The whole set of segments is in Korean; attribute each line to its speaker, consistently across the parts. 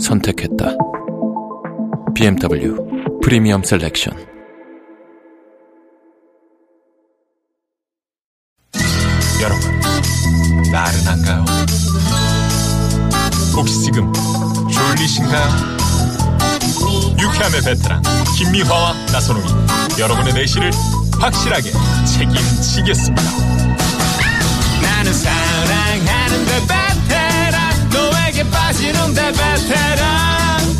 Speaker 1: 선택했다. BMW 프리미엄 셀렉션.
Speaker 2: 여러분, 나른한가요? 혹시 지금 졸리신가요? 유쾌함의 베테랑 김미화와 나선홍이 여러분의 내실을 확실하게 책임지겠습니다. 나는 사랑하는데 베테랑 너에게 빠지는데 베테랑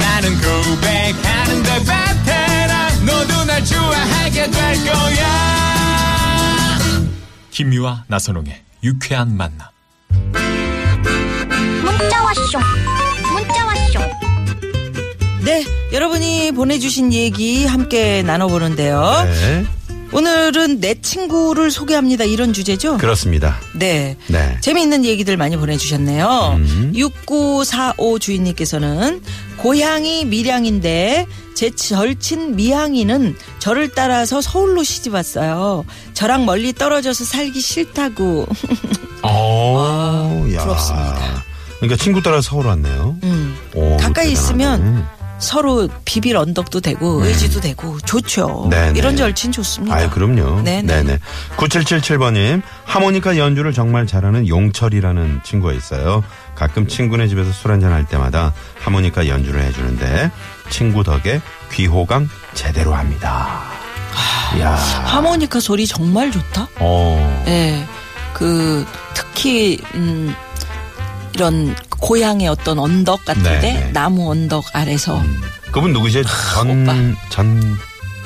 Speaker 2: 나는 고백하는데 베테랑 너도 날 좋아하게 될 거야. 김유와 나선홍의 유쾌한 만남.
Speaker 3: 문자 왔쇼 문자 왔쇼
Speaker 4: 네, 여러분이 보내주신 얘기 함께 나눠보는데요.
Speaker 5: 네,
Speaker 4: 오늘은 내 친구를 소개합니다. 이런 주제죠?
Speaker 5: 그렇습니다.
Speaker 4: 네.
Speaker 5: 네. 음.
Speaker 4: 재미있는 얘기들 많이 보내주셨네요. 6945 주인님께서는 고향이 밀양인데 제 절친 미양이는 저를 따라서 서울로 시집 왔어요. 저랑 멀리 떨어져서 살기 싫다고.
Speaker 5: 어, 야.
Speaker 4: 부럽습니다.
Speaker 5: 그러니까 친구 따라 서울 왔네요.
Speaker 4: 음.
Speaker 5: 오,
Speaker 4: 가까이
Speaker 5: 대단하네.
Speaker 4: 있으면 서로 비빌 언덕도 되고 의지도 되고 좋죠.
Speaker 5: 네, 네.
Speaker 4: 이런 절친 좋습니다.
Speaker 5: 아이, 그럼요.
Speaker 4: 네네.
Speaker 5: 네네. 9777번님, 하모니카 연주를 정말 잘하는 용철이라는 친구가 있어요. 가끔 친구네 집에서 술 한잔할 때마다 하모니카 연주를 해주는데, 친구 덕에 귀호강 제대로 합니다. 이야.
Speaker 4: 하모니카 소리 정말 좋다.
Speaker 5: 어.
Speaker 4: 예. 그 특히 음 이런 고향의 어떤 언덕
Speaker 5: 네,
Speaker 4: 같은데
Speaker 5: 네. 음.
Speaker 4: 나무 언덕 아래서
Speaker 5: 그분 누구시죠?
Speaker 4: 오빠.
Speaker 5: 전, 전,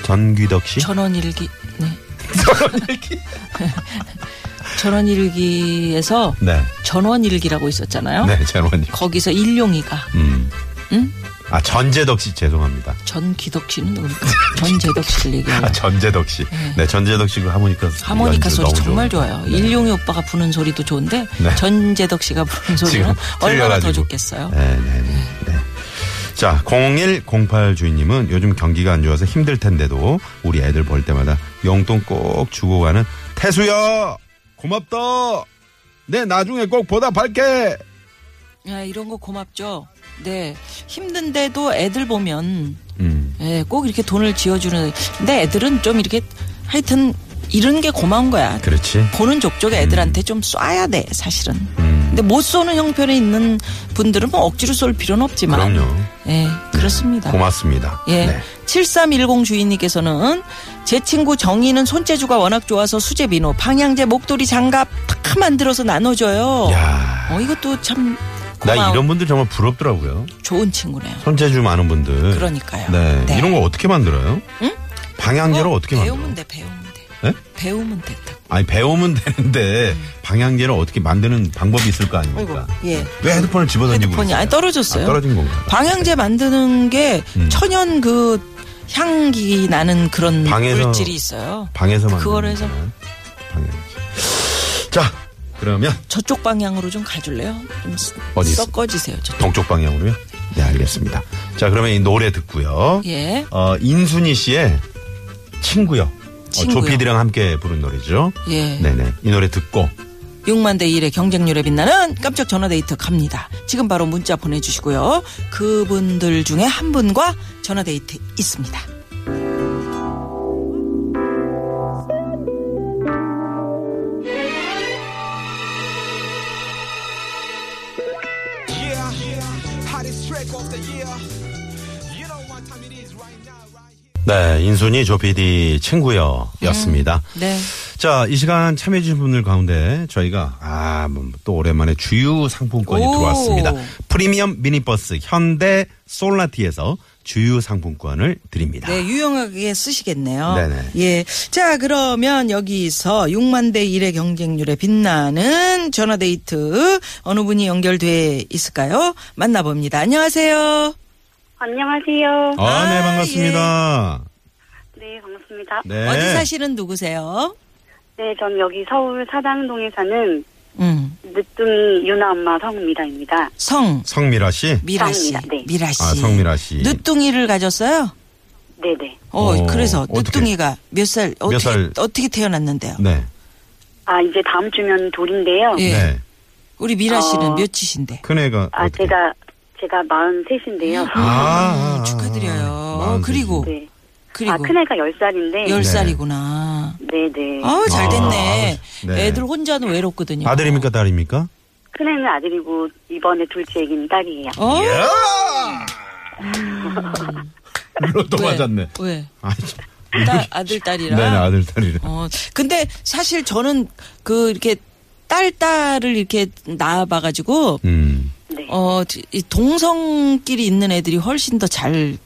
Speaker 5: 전귀덕 씨?
Speaker 4: 전원일기 네. 전원일기 전원일기에서
Speaker 5: 네.
Speaker 4: 전원일기라고 있었잖아요.
Speaker 5: 네, 전원님.
Speaker 4: 거기서 일용이가
Speaker 5: 음.
Speaker 4: 응?
Speaker 5: 아, 전재덕 씨, 죄송합니다.
Speaker 4: 전기덕 씨는 누굽니까? 전재덕 씨를 얘기해요.
Speaker 5: 아, 전재덕 씨. 네, 전재덕 씨그 하모니카 소리
Speaker 4: 하모니카
Speaker 5: 연주
Speaker 4: 소리
Speaker 5: 너무
Speaker 4: 정말
Speaker 5: 좋은데.
Speaker 4: 좋아요. 일용이 오빠가 부는 소리도 좋은데
Speaker 5: 네.
Speaker 4: 전재덕 씨가 부는 소리는
Speaker 5: 지금
Speaker 4: 얼마나 더
Speaker 5: 틀려가지고.
Speaker 4: 좋겠어요.
Speaker 5: 네, 네, 네. 네. 자, 0108 주인님은 요즘 경기가 안 좋아서 힘들 텐데도 우리 애들 볼 때마다 용돈 꼭 주고 가는 태수야! 고맙다! 네, 나중에 꼭 보답할게!
Speaker 4: 야, 예, 이런 거 고맙죠. 네. 힘든데도 애들 보면
Speaker 5: 음.
Speaker 4: 예, 꼭 이렇게 돈을 지어주는 근데 애들은 좀 이렇게 하여튼 이런 게 고마운 거야.
Speaker 5: 그렇지.
Speaker 4: 보는 족족에 애들한테 좀 쏴야 돼 사실은.
Speaker 5: 음.
Speaker 4: 근데 못 쏘는 형편에 있는 분들은 뭐 억지로 쏠 필요는 없지만.
Speaker 5: 그럼요.
Speaker 4: 예, 그렇습니다.
Speaker 5: 고맙습니다.
Speaker 4: 예.
Speaker 5: 네.
Speaker 4: 7310 주인님께서는 제 친구 정희는 손재주가 워낙 좋아서 수제 비누, 방향제, 목도리, 장갑 탁 만들어서 나눠줘요.
Speaker 5: 야.
Speaker 4: 어, 이것도 참
Speaker 5: 나
Speaker 4: 고마운
Speaker 5: 이런 분들 정말 부럽더라고요.
Speaker 4: 좋은 친구네요.
Speaker 5: 손재주 많은 분들.
Speaker 4: 그러니까요.
Speaker 5: 네. 이런 거 어떻게 만들어요?
Speaker 4: 응?
Speaker 5: 방향제를 어떻게 만들어?
Speaker 4: 배우면 돼, 배우면 돼.
Speaker 5: 네?
Speaker 4: 배우면 됐다.
Speaker 5: 아니 배우면 되는데 방향제를 어떻게 만드는 방법이 있을 거 아닙니까?
Speaker 4: 아이고, 예.
Speaker 5: 왜 헤드폰을 집어던지고
Speaker 4: 핸드폰이 아니
Speaker 5: 그러세요?
Speaker 4: 떨어졌어요.
Speaker 5: 아, 떨어진 건가?
Speaker 4: 방향제 만드는 게
Speaker 5: 음.
Speaker 4: 천연 그 향기 나는 그런
Speaker 5: 방에서-
Speaker 4: 물질이 있어요.
Speaker 5: 방에서 만드는
Speaker 4: 그거를 해서-
Speaker 5: 거잖아요. 방향제. 자 그러면
Speaker 4: 저쪽 방향으로 좀 가줄래요? 좀
Speaker 5: 어디 있어?
Speaker 4: 섞어지세요. 저쪽.
Speaker 5: 동쪽 방향으로요. 네 알겠습니다. 자 그러면 이 노래 듣고요.
Speaker 4: 예.
Speaker 5: 어 인순이 씨의 친구요. 어,
Speaker 4: 친구요.
Speaker 5: 조피디랑 함께 부른 노래죠.
Speaker 4: 예.
Speaker 5: 네네 이 노래 듣고
Speaker 4: 6만 대 1의 경쟁률에 빛나는 깜짝 전화데이트 갑니다. 지금 바로 문자 보내주시고요. 그분들 중에 한 분과 전화데이트 있습니다.
Speaker 6: Yeah, hottest track of the year. You know what time it is right now, right here.
Speaker 5: 네 인순이 조피디 친구요였습니다.
Speaker 4: 네.
Speaker 5: 자, 이 시간 참여해주신 분들 가운데 저희가, 아, 뭐또 오랜만에 주유 상품권이
Speaker 4: 오.
Speaker 5: 들어왔습니다. 프리미엄 미니버스 현대 솔라티에서 주유 상품권을 드립니다.
Speaker 4: 네, 유용하게 쓰시겠네요.
Speaker 5: 네네.
Speaker 4: 예. 자, 그러면 여기서 6만 대 1의 경쟁률에 빛나는 전화데이트 어느 분이 연결돼 있을까요? 만나봅니다. 안녕하세요.
Speaker 7: 안녕하세요.
Speaker 5: 아, 네,
Speaker 4: 아,
Speaker 5: 반갑습니다.
Speaker 7: 네, 반갑습니다.
Speaker 5: 네.
Speaker 4: 어디 사실은 누구세요?
Speaker 7: 네, 전 여기 서울 사당동에 사는
Speaker 4: 음,
Speaker 7: 늦둥 유나 엄마 성미라입니다.
Speaker 4: 성.
Speaker 5: 성미라 씨?
Speaker 4: 미라 씨.
Speaker 7: 성미라, 네.
Speaker 4: 미라 씨.
Speaker 5: 아, 성미라 씨.
Speaker 4: 늦둥이를 가졌어요?
Speaker 7: 네네.
Speaker 4: 어,
Speaker 5: 어,
Speaker 4: 그래서
Speaker 5: 어떻게?
Speaker 4: 늦둥이가 몇 살, 어떻게,
Speaker 5: 살?
Speaker 4: 어떻게 태어났는데요?
Speaker 5: 네.
Speaker 7: 아, 이제 다음 주면 돌인데요.
Speaker 4: 예.
Speaker 5: 네.
Speaker 4: 우리 미라 씨는
Speaker 7: 어.
Speaker 4: 몇이신데?
Speaker 5: 큰 애가.
Speaker 7: 아,
Speaker 5: 어떻게-
Speaker 7: 제가, 제가 43인데요.
Speaker 5: 아, 아, 아,
Speaker 4: 축하드려요.
Speaker 5: 마흔 세
Speaker 4: 그리고,
Speaker 7: 네.
Speaker 4: 그리고.
Speaker 7: 아, 큰애가 10살인데.
Speaker 4: 열
Speaker 5: 네.
Speaker 4: 살이구나 어?
Speaker 7: 네네.
Speaker 4: 아우, 잘 됐네.
Speaker 5: 아, 네.
Speaker 4: 애들 혼자는 외롭거든요.
Speaker 5: 아들입니까, 딸입니까?
Speaker 7: 큰애는 아들이고, 이번에 둘째 애기는 딸이에요.
Speaker 4: 어?
Speaker 5: 예? 로또
Speaker 4: 왜?
Speaker 5: 맞았네.
Speaker 4: 왜?
Speaker 5: 아, 참.
Speaker 4: 딸, 아들,
Speaker 5: 네,
Speaker 4: 딸이라.
Speaker 5: 네, 아들, 딸이라.
Speaker 4: 어, 근데 사실 저는 그 이렇게 딸, 딸을 이렇게 낳아봐가지고,
Speaker 5: 음.
Speaker 7: 네.
Speaker 4: 어, 이 동성끼리 있는 애들이 훨씬 더 잘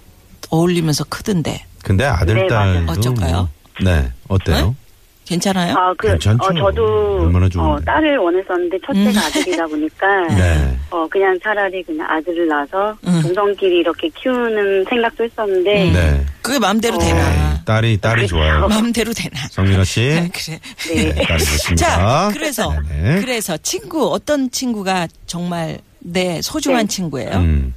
Speaker 4: 어울리면서 크던데.
Speaker 5: 근데 아들,
Speaker 7: 네, 맞아요.
Speaker 5: 딸도.
Speaker 4: 어쩔까요?
Speaker 5: 뭐- 네, 어때요?
Speaker 4: 괜찮아요?
Speaker 7: 아, 그,
Speaker 5: 예? 괜찮죠.
Speaker 7: 어, 저도,
Speaker 5: 얼마나
Speaker 7: 어,
Speaker 5: 좋은데.
Speaker 7: 딸을 원했었는데,
Speaker 4: 음.
Speaker 7: 첫째가 아들이다 보니까.
Speaker 5: 네.
Speaker 7: 어, 그냥 차라리 그냥 아들을 낳아서,
Speaker 4: 음.
Speaker 7: 동성끼리 이렇게 키우는 생각도 했었는데.
Speaker 5: 네.
Speaker 4: 그게 마음대로 되나.
Speaker 5: 딸이, 딸이 좋아요.
Speaker 7: 네.
Speaker 4: 마음대로 되나. 아,
Speaker 5: 성미라 씨.
Speaker 4: 그래.
Speaker 5: 네, 딸이 좋습니다.
Speaker 4: 자, 그래서
Speaker 5: 네네.
Speaker 4: 그래서 친구 어떤 친구가 정말 내 소중한 친구예요.
Speaker 5: 음.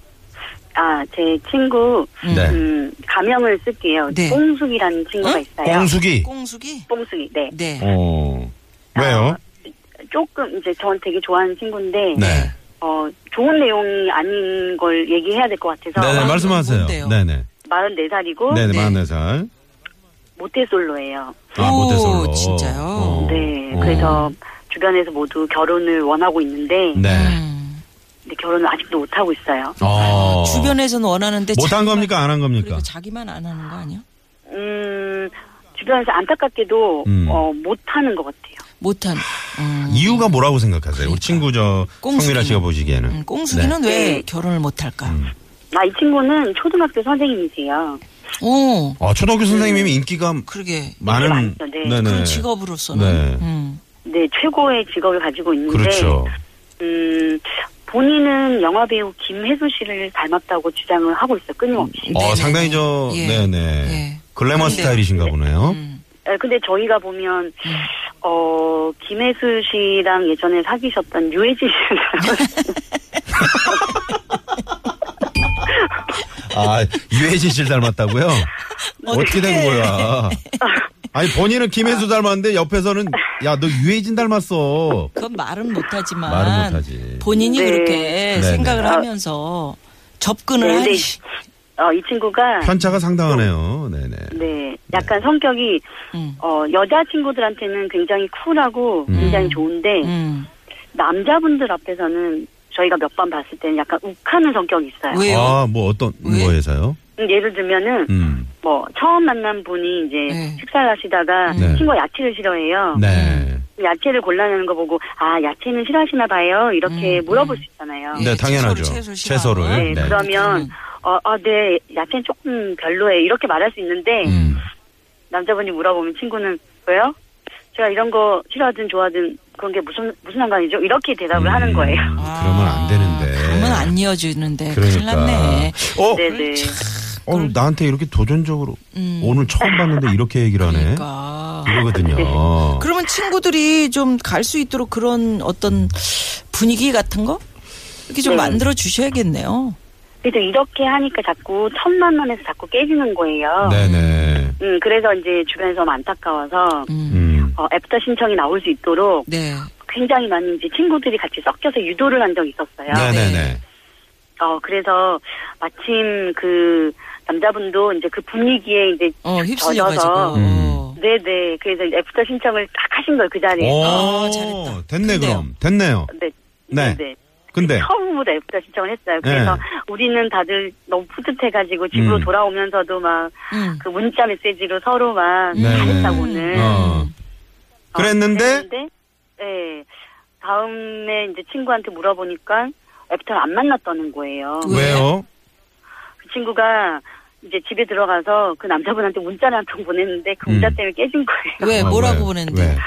Speaker 7: 아, 제 친구,
Speaker 5: 네.
Speaker 7: 음, 가명을 쓸게요.
Speaker 4: 네.
Speaker 7: 뽕숙이라는 친구가
Speaker 4: 응?
Speaker 7: 있어요.
Speaker 5: 꽁숙이.
Speaker 4: 꽁숙이.
Speaker 7: 뽕숙이, 네.
Speaker 4: 네.
Speaker 5: 어. 왜요?
Speaker 7: 조금, 이제 전 되게 좋아하는 친구인데,
Speaker 5: 네.
Speaker 7: 어, 좋은 내용이 아닌 걸 얘기해야 될 것 같아서,
Speaker 5: 네, 네, 말씀하세요.
Speaker 4: 뭔데요?
Speaker 5: 네네.
Speaker 7: 44살이고,
Speaker 5: 네네,
Speaker 4: 네.
Speaker 5: 44살.
Speaker 7: 모태솔로예요.
Speaker 5: 아,
Speaker 4: 오,
Speaker 5: 모태솔로.
Speaker 4: 진짜요?
Speaker 5: 어.
Speaker 7: 네,
Speaker 5: 어.
Speaker 7: 그래서 주변에서 모두 결혼을 원하고 있는데,
Speaker 5: 네.
Speaker 4: 음.
Speaker 7: 근데 결혼을 아직도 못하고 있어요.
Speaker 5: 어.
Speaker 4: 주변에서는 그러니까 원하는데
Speaker 5: 못한
Speaker 4: 자기만-
Speaker 5: 겁니까? 안 한 겁니까?
Speaker 4: 그리고 자기만 안 하는 거 아니야?
Speaker 7: 음, 주변에서 안타깝게도,
Speaker 5: 음.
Speaker 7: 어, 못하는 것 같아요.
Speaker 4: 못한. 음.
Speaker 5: 이유가 뭐라고 생각하세요?
Speaker 4: 그러니까.
Speaker 5: 우리 친구 저
Speaker 4: 꽁숙이는.
Speaker 5: 성미라 씨가 보시기에는.
Speaker 4: 음, 꽁숙이는 왜
Speaker 7: 네.
Speaker 4: 결혼을 못할까?
Speaker 5: 음.
Speaker 7: 아, 이 친구는 초등학교 선생님이세요.
Speaker 4: 오,
Speaker 5: 아, 초등학교 선생님이 인기가
Speaker 4: 그러게.
Speaker 5: 많은
Speaker 7: 많죠, 네.
Speaker 4: 음. 그런
Speaker 5: 네네.
Speaker 4: 직업으로서는.
Speaker 5: 네.
Speaker 4: 음.
Speaker 7: 네, 최고의 직업을 가지고 있는데,
Speaker 5: 그렇죠.
Speaker 7: 네. 음, 본인은 영화배우 김혜수 씨를 닮았다고 주장을 하고 있어, 끊임없이.
Speaker 5: 어,
Speaker 4: 네네.
Speaker 5: 상당히 저
Speaker 4: 예.
Speaker 5: 네네.
Speaker 4: 예.
Speaker 5: 글래머
Speaker 4: 근데-
Speaker 5: 스타일이신가 보네요.
Speaker 4: 음.
Speaker 7: 에, 예, 근데 저희가 보면,
Speaker 5: 음.
Speaker 7: 어, 김혜수 씨랑 예전에 사귀셨던 유해진 씨랑,
Speaker 5: 아, 유해진 씨를 닮았다고요? 어떻게 된 거야? 아니, 본인은 김혜수 닮았는데 옆에서는 야, 너 유해진 닮았어.
Speaker 4: 그건 말은 못하지만
Speaker 5: 말은 못하지.
Speaker 4: 아, 본인이
Speaker 7: 네.
Speaker 4: 그렇게
Speaker 5: 네네.
Speaker 4: 생각을
Speaker 7: 아.
Speaker 4: 하면서 접근을
Speaker 7: 네,
Speaker 4: 하니
Speaker 7: 네. 어, 이 친구가,
Speaker 5: 편차가 상당하네요. 네네.
Speaker 7: 네, 약간 성격이,
Speaker 4: 음.
Speaker 7: 어, 여자친구들한테는 굉장히 쿨하고 굉장히 좋은데,
Speaker 4: 음.
Speaker 7: 남자분들 앞에서는 저희가 몇 번 봤을 때는 약간 욱하는 성격이 있어요.
Speaker 4: 왜요?
Speaker 5: 아, 뭐 어떤
Speaker 4: 왜?
Speaker 5: 거에서요?
Speaker 7: 음, 예를 들면은,
Speaker 5: 음.
Speaker 7: 뭐, 처음 만난 분이 이제
Speaker 4: 네. 음.
Speaker 7: 식사를 하시다가
Speaker 5: 네.
Speaker 7: 친구가 야채를 싫어해요.
Speaker 5: 네.
Speaker 7: 야채를 골라내는 거 보고, 아, 야채는 싫어하시나 봐요. 이렇게
Speaker 4: 음,
Speaker 7: 물어볼
Speaker 4: 음.
Speaker 7: 수 있잖아요.
Speaker 4: 예,
Speaker 5: 네, 당연하죠.
Speaker 4: 채소를, 채소를
Speaker 5: 채소를.
Speaker 4: 싫어하고.
Speaker 7: 네,
Speaker 5: 네.
Speaker 7: 그러면, 어, 어, 네, 야채는 조금 별로예요. 이렇게 말할 수 있는데,
Speaker 5: 음.
Speaker 7: 남자분이 물어보면 친구는, 왜요? 제가 이런 거 싫어하든 좋아하든 그런 게 무슨, 무슨 상관이죠? 이렇게 대답을 하는 거예요.
Speaker 5: 음, 그러면 안 되는데.
Speaker 4: 아, 그러면 안 이어지는데 큰일
Speaker 5: 네. 그러니까.
Speaker 4: 났네.
Speaker 5: 어,
Speaker 7: 네네.
Speaker 5: 어, 나한테 이렇게 도전적으로 오늘 처음 봤는데 이렇게 얘기를 하네.
Speaker 4: 그러니까.
Speaker 5: 이거거든요.
Speaker 4: 그러면 친구들이 좀 갈 수 있도록 그런 어떤 분위기 같은 거 이렇게 좀
Speaker 7: 네.
Speaker 4: 만들어 주셔야겠네요.
Speaker 7: 그래서 이렇게 하니까 자꾸 첫 만남에서 자꾸 깨지는 거예요.
Speaker 5: 네네.
Speaker 7: 음, 그래서 이제 주변에서 너무 안타까워서,
Speaker 5: 음.
Speaker 7: 어, 애프터 신청이 나올 수 있도록
Speaker 4: 네.
Speaker 7: 굉장히 많은 이제 친구들이 같이 섞여서 유도를 한 적이 있었어요.
Speaker 5: 네네네.
Speaker 7: 어, 그래서 마침 그 남자분도 이제 그 분위기에 이제
Speaker 4: 어,
Speaker 7: 젖어서.
Speaker 4: 휩쓸려가지고.
Speaker 5: 음.
Speaker 4: 어.
Speaker 7: 네네. 그래서 이제 애프터 신청을 딱 하신 거예요, 그 자리에.
Speaker 5: 오,
Speaker 4: 아, 잘했다.
Speaker 5: 됐네,
Speaker 4: 근데요.
Speaker 5: 그럼. 됐네요.
Speaker 7: 네.
Speaker 5: 네.
Speaker 7: 네.
Speaker 5: 근데.
Speaker 7: 처음부터 애프터 신청을 했어요. 그래서
Speaker 5: 네.
Speaker 7: 우리는 다들 너무 뿌듯해가지고 집으로
Speaker 5: 음.
Speaker 7: 돌아오면서도 막 그
Speaker 4: 음.
Speaker 7: 문자 메시지로 서로 막
Speaker 5: 네.
Speaker 7: 잘했다고 오늘.
Speaker 5: 어.
Speaker 7: 어,
Speaker 5: 그랬는데?
Speaker 7: 그랬는데, 네. 다음에 이제 친구한테 물어보니까 애프터를 안 만났다는 거예요.
Speaker 4: 왜?
Speaker 5: 왜요?
Speaker 7: 그 친구가 이제 집에 들어가서 그 남자분한테 문자를 한 통 보냈는데 그 문자
Speaker 5: 음.
Speaker 7: 때문에 깨진 거예요.
Speaker 4: 왜
Speaker 5: 아,
Speaker 4: 뭐라고
Speaker 5: 왜?
Speaker 4: 보냈는데?
Speaker 5: 왜?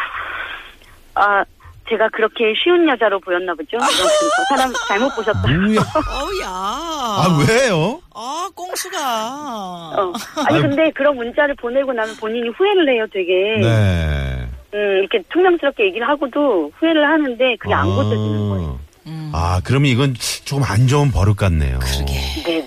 Speaker 7: 아, 제가 그렇게 쉬운 여자로 보였나 보죠? 이런 식으로. 사람 잘못 보셨다.
Speaker 5: 뭐야?
Speaker 4: 어우야.
Speaker 5: 아,
Speaker 4: 아
Speaker 5: 왜요?
Speaker 4: 아 꽁수가.
Speaker 7: 어. 아니, 근데 그런 문자를 보내고 나면 본인이 후회를 해요, 되게.
Speaker 5: 네.
Speaker 7: 음, 이렇게 퉁명스럽게 얘기를 하고도 후회를 하는데 그게 안 고쳐지는 거예요.
Speaker 4: 음.
Speaker 5: 아, 그러면 이건 조금 안 좋은 버릇 같네요. 그러게.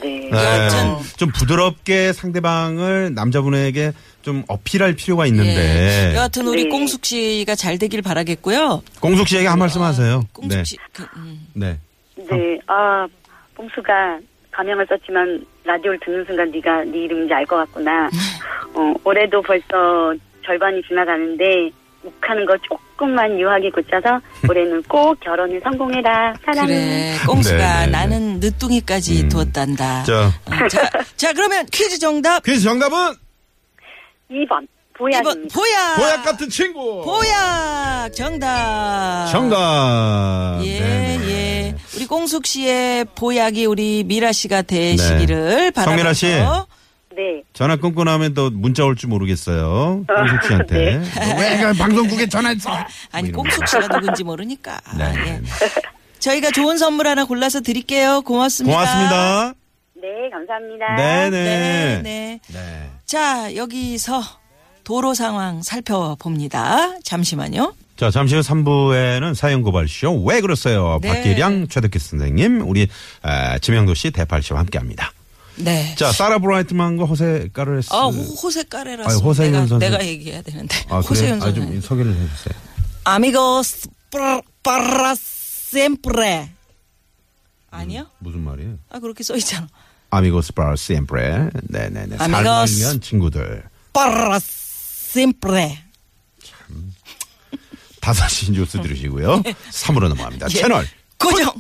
Speaker 7: 네네.
Speaker 5: 네,
Speaker 4: 여하튼.
Speaker 5: 좀 부드럽게 상대방을 남자분에게 좀 어필할 필요가 있는데.
Speaker 4: 예. 여하튼 우리
Speaker 7: 네.
Speaker 4: 꽁숙 씨가 잘 되길 바라겠고요.
Speaker 5: 공숙 씨에게 한 말씀 하세요. 네.
Speaker 4: 꽁숙 아, 씨. 그, 음.
Speaker 5: 네.
Speaker 7: 네, 아, 뽕수가 가명을 썼지만 라디오를 듣는 순간 네가 네 이름인지 알 것 같구나.
Speaker 4: 네.
Speaker 7: 어, 올해도 벌써 절반이 지나가는데 욱하는 거 조금만 유하게 고쳐서 올해는 꼭 결혼에 성공해라. 사랑해.
Speaker 4: 그래. 꽁수가
Speaker 5: 네, 네, 네.
Speaker 4: 나는 늦둥이까지
Speaker 5: 음.
Speaker 4: 두었단다.
Speaker 5: 자,
Speaker 4: 어, 자, 자, 그러면 퀴즈 정답.
Speaker 5: 퀴즈 정답은
Speaker 7: 2번
Speaker 4: 이번
Speaker 7: 보약입니다.
Speaker 4: 보약.
Speaker 5: 보약 같은 친구.
Speaker 4: 보약 정답.
Speaker 5: 정답.
Speaker 4: 예,
Speaker 5: 네네.
Speaker 4: 예. 우리 꽁숙 씨의 보약이 우리 미라 씨가 되시기를 바라면서
Speaker 5: 성미라 씨.
Speaker 7: 네.
Speaker 5: 전화 끊고 나면 또 문자 올 줄 모르겠어요. 공숙 씨한테.
Speaker 7: 네.
Speaker 4: 네.
Speaker 5: 왜 이거 그러니까 방송국에 전화했어?
Speaker 4: 아니,
Speaker 5: 뭐 이런
Speaker 4: 꽁숙 씨가 누군지 모르니까.
Speaker 5: 네.
Speaker 4: 예. 저희가 좋은 선물 하나 골라서 드릴게요. 고맙습니다.
Speaker 5: 고맙습니다.
Speaker 7: 네, 감사합니다.
Speaker 4: 네,
Speaker 5: 네네.
Speaker 4: 네.
Speaker 5: 네.
Speaker 4: 자, 여기서 도로 상황 살펴봅니다. 잠시만요.
Speaker 5: 자, 잠시 후 3부에는 사연고발쇼. 왜 그랬어요?
Speaker 4: 네.
Speaker 5: 박기량, 최덕기 선생님, 우리 에, 지명도 씨, 대팔 씨와 함께 합니다.
Speaker 4: 네.
Speaker 5: 자, 사라 브라이트만과 호세 까르레스.
Speaker 4: 아, 호- 호세 까레라스.
Speaker 5: 아니, 호세윤
Speaker 4: 내가,
Speaker 5: 선수.
Speaker 4: 내가 얘기해야 되는데.
Speaker 5: 아, 그래요?
Speaker 4: 호세윤
Speaker 5: 아,
Speaker 4: 선수.
Speaker 5: 좀 소개를 해주세요.
Speaker 4: 아미고스 pra- para siempre. Ah, 아니요?
Speaker 5: 무슨 말이에요?
Speaker 4: 아 그렇게 써 있잖아.
Speaker 5: 아미고스 바스 엠프레. 네네네. 삶을
Speaker 4: 아미고스.
Speaker 5: 위한 친구들.
Speaker 4: para siempre. 네. 예.
Speaker 5: 다섯 시 뉴스 들으시고요. 3으로 넘어갑니다. 채널
Speaker 4: 고정.